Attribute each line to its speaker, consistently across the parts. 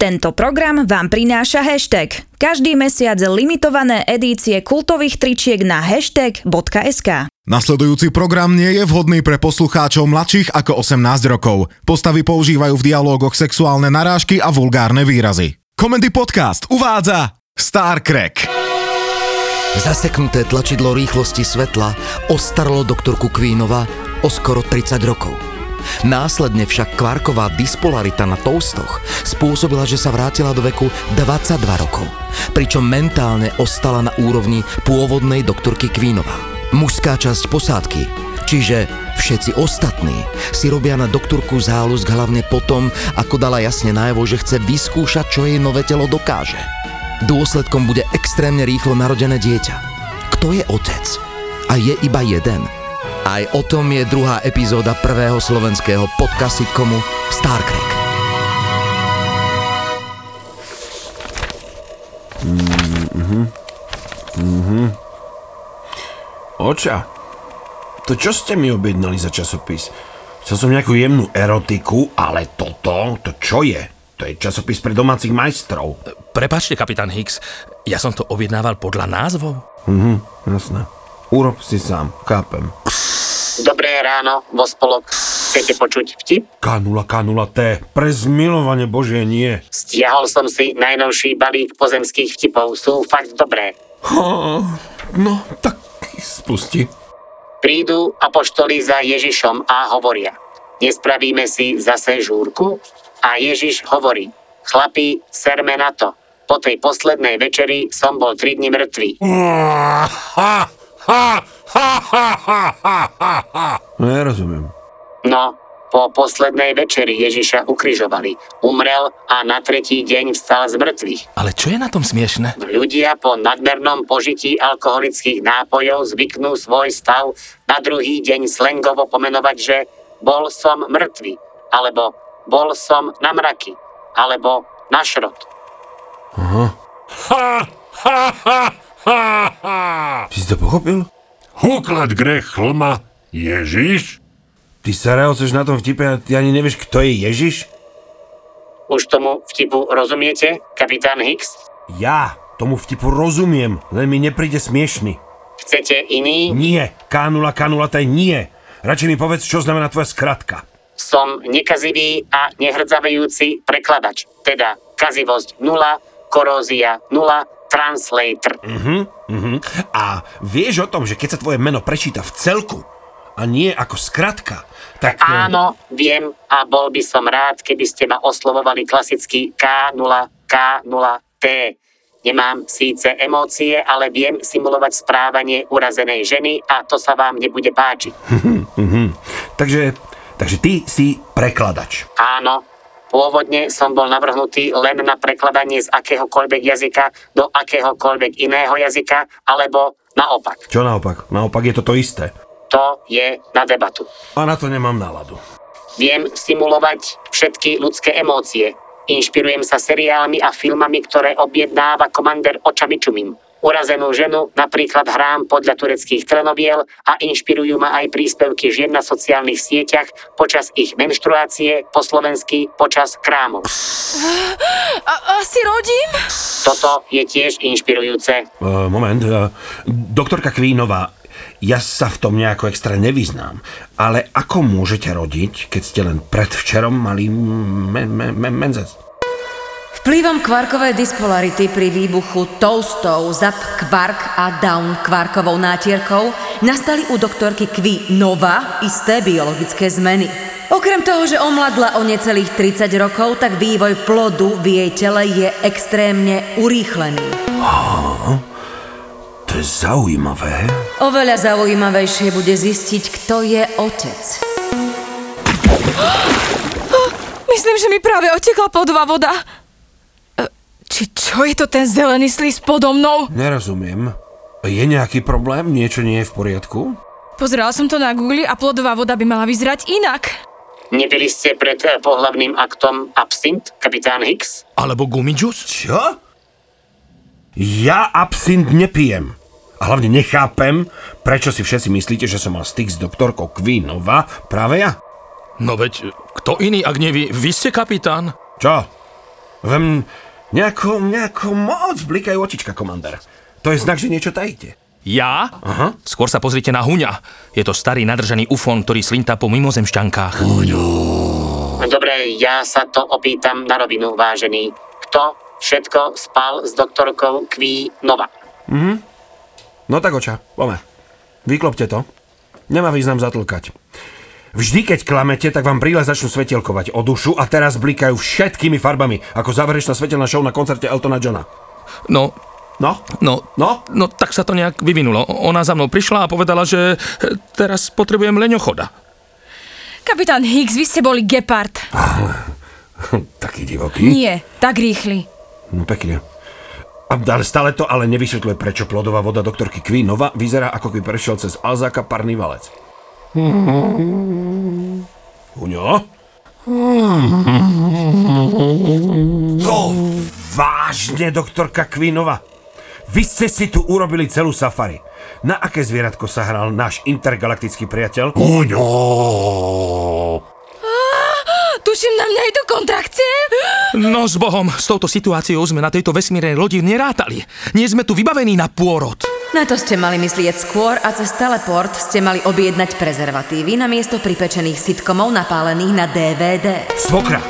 Speaker 1: Tento program vám prináša hashtag. Každý mesiac limitované edície kultových tričiek na hashtag.sk.
Speaker 2: Nasledujúci program nie je vhodný pre poslucháčov mladších ako 18 rokov. Postavy používajú v dialógoch sexuálne narážky a vulgárne výrazy. Komendy Podcast uvádza Star Crack.
Speaker 3: Zaseknuté tlačidlo rýchlosti svetla ostarlo doktorku Kvínova o skoro 30 rokov. Následne však kvarková dispolarita na toustoch spôsobila, že sa vrátila do veku 22 rokov, pričom mentálne ostala na úrovni pôvodnej doktorky Kvínova. Mužská časť posádky, čiže všetci ostatní, si robia na doktorku záľusk hlavne potom, ako dala jasne najavo, že chce vyskúšať, čo jej nové telo dokáže. Dôsledkom bude extrémne rýchlo narodené dieťa. Kto je otec? A je iba jeden. Aj o tom je druhá epizóda prvého slovenského podcastu komu Starcrack.
Speaker 4: Oča, to čo ste mi objednali za časopis? Chcel som nejakú jemnú erotiku, ale toto, to čo je? To je časopis pre domácich majstrov.
Speaker 5: Prepačte, kapitán Hicks, ja som to objednával podľa názvov.
Speaker 4: Mhm, Jasné. Urob si sám, chápem.
Speaker 6: Dobré ráno, vo spolok. Chcete počuť vtip?
Speaker 4: K0, K0, T, pre zmilovanie Božie nie.
Speaker 6: Stiahol som si najnovší balík pozemských vtipov, sú fakt dobré.
Speaker 4: No, tak spusti.
Speaker 6: Prídu apoštoli za Ježišom a hovoria. Nespravíme si zase žúrku? A Ježiš hovorí. Chlapi, serme na to. Po tej poslednej večeri som bol 3 dni mŕtvý.
Speaker 4: Nerozumiem.
Speaker 6: No, po poslednej večeri Ježiša ukrižovali. Umrel a na tretí deň vstal z mŕtvych.
Speaker 5: Ale čo je na tom smiešne?
Speaker 6: Ľudia po nadmernom požití alkoholických nápojov zvyknú svoj stav na druhý deň slengovo pomenovať, že bol som mŕtvy, alebo bol som na mraky, alebo na šrot.
Speaker 4: Ty si to pochopil?
Speaker 7: Huklad gre chlma, Ježiš?
Speaker 4: Ty sa reoceš na tom vtipe a ty ani nevieš, kto je Ježiš?
Speaker 6: Už tomu vtipu rozumiete, kapitán Hicks?
Speaker 4: Ja tomu vtipu rozumiem, len mi nepríde smiešný.
Speaker 6: Chcete iný?
Speaker 4: Nie, K0, K0, T, nie. Radšej mi povedz, čo znamená tvoja skratka.
Speaker 6: Som nekazivý a nehrdzavejúci prekladač, teda kazivosť 0, korózia 0, translator.
Speaker 4: Mhm. A vieš o tom, že keď sa tvoje meno prečíta v celku a nie ako skratka, tak...
Speaker 6: Áno, viem a bol by som rád, keby ste ma oslovovali klasicky K0, K0T. Nemám síce emócie, ale viem simulovať správanie urazenej ženy a to sa vám nebude páčiť.
Speaker 4: Mhm. Takže, takže ty si prekladač.
Speaker 6: Áno, pôvodne som bol navrhnutý len na prekladanie z akéhokoľvek jazyka do akéhokoľvek iného jazyka, alebo naopak.
Speaker 4: Čo naopak? Naopak je to to isté.
Speaker 6: To je na debatu.
Speaker 4: A na to nemám náladu.
Speaker 6: Viem simulovať všetky ľudské emócie. Inšpirujem sa seriálmi a filmami, ktoré objednáva komander Očamičumim. Urazenú ženu napríklad hrám podľa tureckých trenoviel a inšpirujú ma aj príspevky žien na sociálnych sieťach počas ich menštruácie, po slovensky počas krámov.
Speaker 8: A- asi rodím?
Speaker 6: Toto je tiež inšpirujúce.
Speaker 4: Uh, moment, uh, doktorka Kvínová, ja sa v tom nejako extra nevyznám, ale ako môžete rodiť, keď ste len predvčerom mali me- me- me- menzec?
Speaker 9: Vplyvom kvarkovej dispolarity pri výbuchu toastov zap kvark a down kvarkovou nátierkou nastali u doktorky Kvi Nova isté biologické zmeny. Okrem toho, že omladla o necelých 30 rokov, tak vývoj plodu v jej tele je extrémne urýchlený.
Speaker 4: To je zaujímavé.
Speaker 9: Oveľa zaujímavejšie bude zistiť, kto je otec.
Speaker 8: Myslím, že mi práve otekla plodová voda. E, Či čo je to ten zelený slis podo mnou?
Speaker 4: Nerozumiem. Je nejaký problém? Niečo nie je v poriadku?
Speaker 8: Pozerala som to na Google a plodová voda by mala vyzerať inak.
Speaker 6: Nepili ste pred eh, pohlavným aktom absint, kapitán Hicks?
Speaker 5: Alebo gumičus?
Speaker 4: Čo? Ja absint nepijem. A hlavne nechápem, prečo si všetci myslíte, že som mal styk s doktorkou Kvínova práve ja.
Speaker 5: No veď, kto iný, ak nie vy? Vy ste kapitán?
Speaker 4: Čo? Vem nejakom, nejakom moc blikajú očička, komandér. To je znak, že niečo tajíte.
Speaker 5: Ja? Aha. Skôr sa pozrite na Huňa. Je to starý nadržaný ufon, ktorý slinta po mimozemšťankách. No,
Speaker 6: No Dobre, ja sa to opýtam na rovinu, vážený. Kto všetko spal s doktorkou Kví Nova?
Speaker 4: No tak oča, pome. Vyklopte to. Nemá význam zatlkať. Vždy, keď klamete, tak vám príle začnú svetielkovať o dušu a teraz blikajú všetkými farbami, ako záverečná svetelná show na koncerte Eltona Johna.
Speaker 5: No,
Speaker 4: No?
Speaker 5: no,
Speaker 4: No?
Speaker 5: no tak sa to nejak vyvinulo. Ona za mnou prišla a povedala, že eh, teraz potrebujem leňochoda.
Speaker 8: Kapitán Higgs, vy ste boli gepard.
Speaker 4: Taký divoký.
Speaker 8: Nie, tak rýchli.
Speaker 4: No pekne. A- Ale stále to ale nevysvetľuje, prečo plodová voda doktorky Kvinova vyzerá, ako keby prešiel cez Alzáka parný valec. Uňo? To vážne, doktorka Kvinova? Vy ste si tu urobili celú safari. Na aké zvieratko sa hral náš intergalaktický priateľ?
Speaker 7: Uňo!
Speaker 8: Tuším, na mňa idú kontrakcie.
Speaker 5: No s Bohom, s touto situáciou sme na tejto vesmírnej lodi nerátali. Nie sme tu vybavení na pôrod.
Speaker 9: Na to ste mali myslieť skôr a cez teleport ste mali objednať prezervatívy na miesto pripečených sitkomov napálených na DVD.
Speaker 4: Svokra,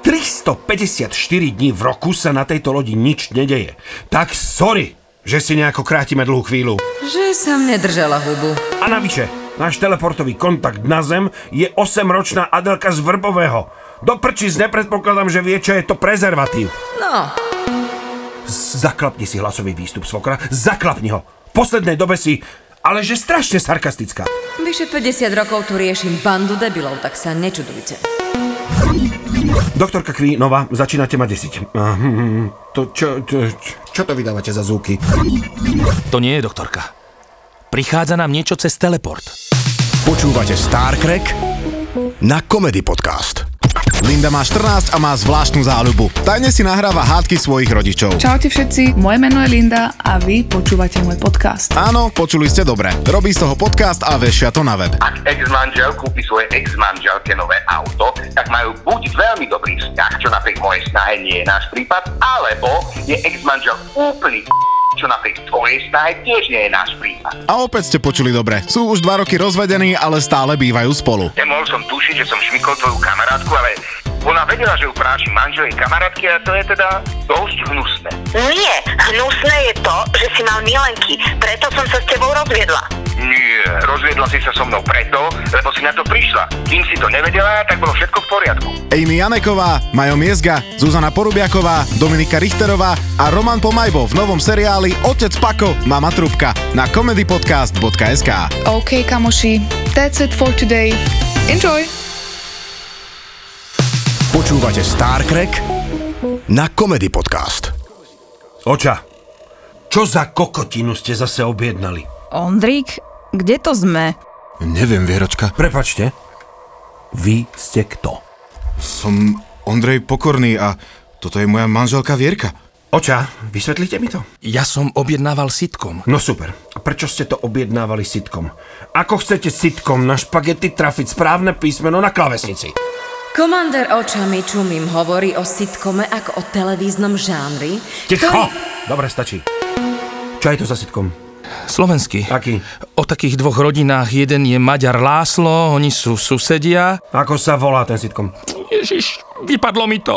Speaker 4: 354 dní v roku sa na tejto lodi nič nedeje. Tak sorry, že si nejako krátime dlhú chvíľu.
Speaker 9: Že som nedržala hubu.
Speaker 4: A navyše, náš teleportový kontakt na Zem je 8-ročná Adelka z Vrbového. Do prčíc nepredpokladám, že vie, čo je to prezervatív.
Speaker 9: No,
Speaker 4: Zaklapni si hlasový výstup, svokra. Zaklapni ho. V poslednej dobe si... Ale že strašne sarkastická.
Speaker 9: vyše 50 rokov tu riešim bandu debilov, tak sa nečudujte.
Speaker 4: Doktorka Kvínova, začínate ma desiť. Aha, hm, To čo, čo, čo to vydávate za zúky?
Speaker 5: To nie je doktorka. Prichádza nám niečo cez teleport.
Speaker 10: Počúvate Star Trek na Comedy Podcast.
Speaker 2: Linda má 14 a má zvláštnu záľubu. Tajne si nahráva hádky svojich rodičov.
Speaker 11: Čaute všetci, moje meno je Linda a vy počúvate môj podcast.
Speaker 2: Áno, počuli ste dobre. Robí z toho podcast a vešia to na web.
Speaker 12: Ak ex-manžel kúpi svoje ex-manželke nové auto, tak majú buď veľmi dobrý vzťah, čo napriek mojej snahe nie je náš prípad, alebo je ex-manžel úplný čo napriek tvojej snahe tiež nie je náš prípad.
Speaker 2: A opäť ste počuli dobre. Sú už 2 roky rozvedení, ale stále bývajú spolu.
Speaker 12: Nemohol som tušiť, že som šmykol tvoju kamarátku, ale ona vedela, že ju práši manžel jej kamarátky a to je teda dosť hnusné.
Speaker 11: Nie, hnusné je to, že si mal milenky, preto som sa s tebou rozviedla.
Speaker 12: Nie, rozviedla si sa so mnou preto, lebo si na to prišla. Kým si to nevedela, tak bolo všetko v poriadku.
Speaker 2: Amy Janeková, Majo Miezga, Zuzana Porubiaková, Dominika Richterová a Roman Pomajbo v novom seriáli Otec Pako, Mama Trubka na comedypodcast.sk.
Speaker 11: OK, kamoši, that's it for today. Enjoy!
Speaker 10: Počúvate Star Trek na Comedy Podcast.
Speaker 4: Oča, čo za kokotinu ste zase objednali?
Speaker 1: Ondrík, kde to sme?
Speaker 2: Neviem, Vieročka.
Speaker 4: Prepačte, vy ste kto?
Speaker 2: Som Ondrej Pokorný a toto je moja manželka Vierka.
Speaker 4: Oča, vysvetlíte mi to?
Speaker 5: Ja som objednával sitkom.
Speaker 4: No super. A prečo ste to objednávali sitkom? Ako chcete sitkom na špagety trafiť správne písmeno na klavesnici?
Speaker 9: Komander očami čumím hovorí o sitkome ako o televíznom žánri,
Speaker 4: Ticho! Dobre, stačí. Čo je to za sitkom?
Speaker 5: Slovenský.
Speaker 4: Aký?
Speaker 5: O takých dvoch rodinách jeden je Maďar Láslo, oni sú susedia.
Speaker 4: Ako sa volá ten sitkom?
Speaker 5: Ježiš, vypadlo mi to.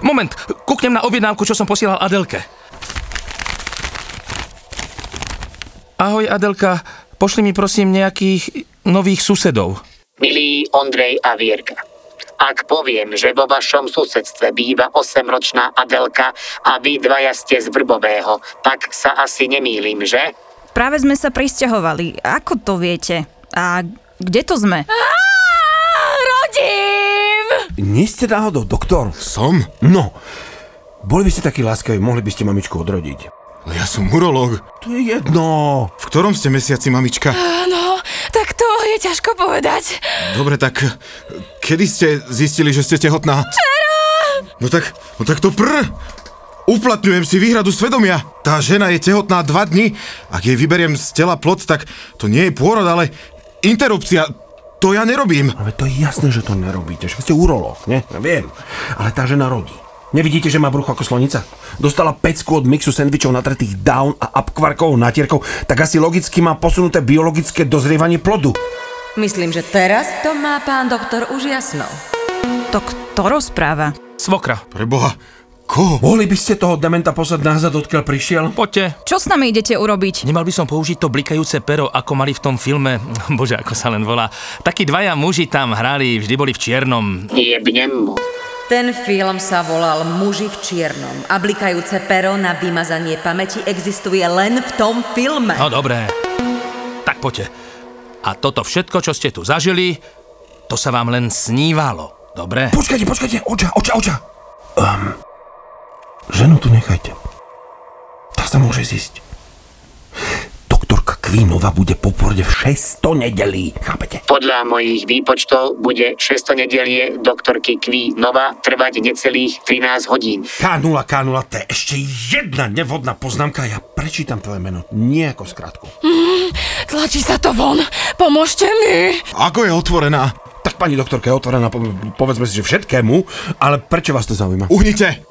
Speaker 5: Moment, kúknem na objednávku, čo som posielal Adelke. Ahoj Adelka, pošli mi prosím nejakých nových susedov.
Speaker 6: Milí Ondrej a Vierka, ak poviem, že vo vašom susedstve býva 8-ročná Adelka a vy dvaja ste z Vrbového, tak sa asi nemýlim, že?
Speaker 1: Práve sme sa prisťahovali. Ako to viete? A kde to sme?
Speaker 8: Rodím!
Speaker 4: Nie ste náhodou doktor?
Speaker 2: Som?
Speaker 4: No, boli by ste takí láskaví, mohli by ste mamičku odrodiť.
Speaker 2: Ja som urológ.
Speaker 4: To je jedno.
Speaker 2: V ktorom ste mesiaci, mamička?
Speaker 8: Áno, tak to je ťažko povedať.
Speaker 2: Dobre, tak kedy ste zistili, že ste tehotná? Včera! No tak, no tak to pr! Uplatňujem si výhradu svedomia. Tá žena je tehotná dva dni. Ak jej vyberiem z tela plod, tak to nie je pôrod, ale interrupcia. To ja nerobím.
Speaker 4: Ale to je jasné, že to nerobíte, že ste urológ, ne? Ja viem, ale tá žena rodí. Nevidíte, že má brucho ako slonica? Dostala pecku od mixu sendvičov natretých down a upkvarkovou natierkou, tak asi logicky má posunuté biologické dozrievanie plodu.
Speaker 9: Myslím, že teraz to má pán doktor už jasno.
Speaker 1: To kto rozpráva?
Speaker 5: Svokra.
Speaker 2: Preboha, koho?
Speaker 4: Mohli by ste toho dementa poslať nazad, odkiaľ prišiel?
Speaker 5: Poďte.
Speaker 1: Čo s nami idete urobiť?
Speaker 5: Nemal by som použiť to blikajúce pero, ako mali v tom filme, bože, ako sa len volá. Takí dvaja muži tam hrali, vždy boli v čiernom.
Speaker 6: Jebnem mu.
Speaker 9: Ten film sa volal Muži v čiernom a blikajúce pero na vymazanie pamäti existuje len v tom filme.
Speaker 5: No dobré. Tak poďte. A toto všetko, čo ste tu zažili, to sa vám len snívalo, dobre?
Speaker 4: Počkajte, počkajte, oča, oča, oča. Um, ženu tu nechajte. Tá sa môže zísť. Doktorka Kvínova bude po porode v 600 nedelí, chápete?
Speaker 6: Podľa mojich výpočtov bude 600 nedelie doktorky Kví Nova trvať necelých 13 hodín.
Speaker 4: K0, K0, to je ešte jedna nevhodná poznámka a ja prečítam tvoje meno, nie ako skratku.
Speaker 8: Mm, tlačí sa to von. Pomôžte mi.
Speaker 2: Ako je otvorená?
Speaker 4: Tak pani doktorka je otvorená, po- povedzme si, že všetkému, ale prečo vás to zaujíma?
Speaker 2: Uhnite!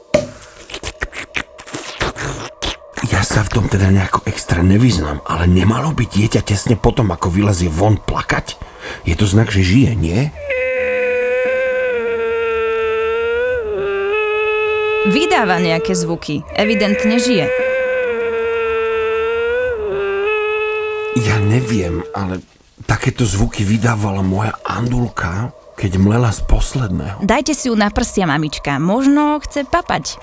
Speaker 4: Ja sa v tom teda nejako extra nevyznám, ale nemalo by dieťa tesne potom, ako vylezie von plakať? Je to znak, že žije, nie?
Speaker 1: Vydáva nejaké zvuky. Evidentne žije.
Speaker 4: Ja neviem, ale takéto zvuky vydávala moja andulka, keď mlela z posledného.
Speaker 1: Dajte si ju na prsia, mamička. Možno chce papať.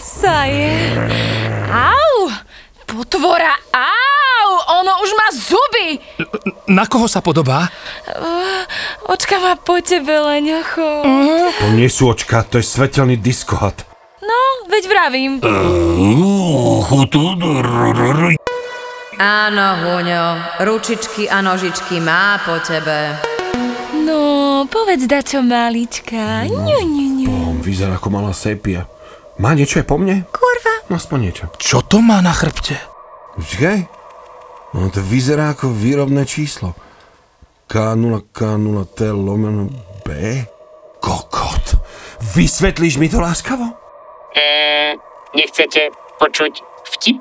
Speaker 8: Sa je. Au! Potvora, au! Ono už má zuby!
Speaker 5: Na koho sa podobá?
Speaker 8: Uh, očka má po tebe, Leňocho.
Speaker 4: To nie sú očka, to je svetelný diskohat.
Speaker 8: No, veď vravím.
Speaker 9: Áno, Huňo, ručičky a nožičky má po tebe.
Speaker 8: No, povedz dačo, malička. Ňu, ňu, ňu.
Speaker 4: On vyzerá ako malá sepia. Má niečo aj po mne? No,
Speaker 8: Kurva.
Speaker 4: Aspoň niečo.
Speaker 5: Čo to má na chrbte?
Speaker 4: Počkaj. No to vyzerá ako výrobné číslo. K0K0T lomeno B? Kokot. Vysvetlíš mi to láskavo?
Speaker 6: Eee, Eh, nechcete počuť vtip?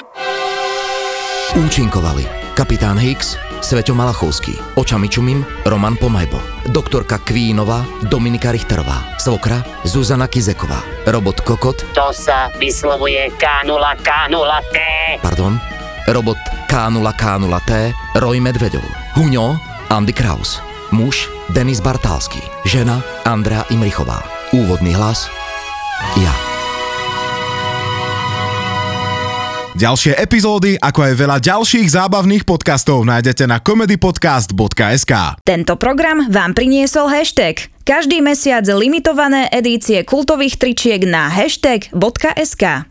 Speaker 3: Účinkovali kapitán Hicks, Sveťo Malachovský, Očami Čumim, Roman Pomajbo, doktorka Kvínova, Dominika Richterová, Svokra, Zuzana Kizeková, robot Kokot,
Speaker 6: To sa vyslovuje K0, K0, T.
Speaker 3: pardon, robot K0K0T, Roy Medvedov, Huňo, Andy Kraus, muž Denis Bartálsky, žena Andrea Imrichová, úvodný hlas ja.
Speaker 2: Ďalšie epizódy, ako aj veľa ďalších zábavných podcastov nájdete na comedypodcast.sk.
Speaker 1: Tento program vám priniesol hashtag. Každý mesiac limitované edície kultových tričiek na hashtag.sk.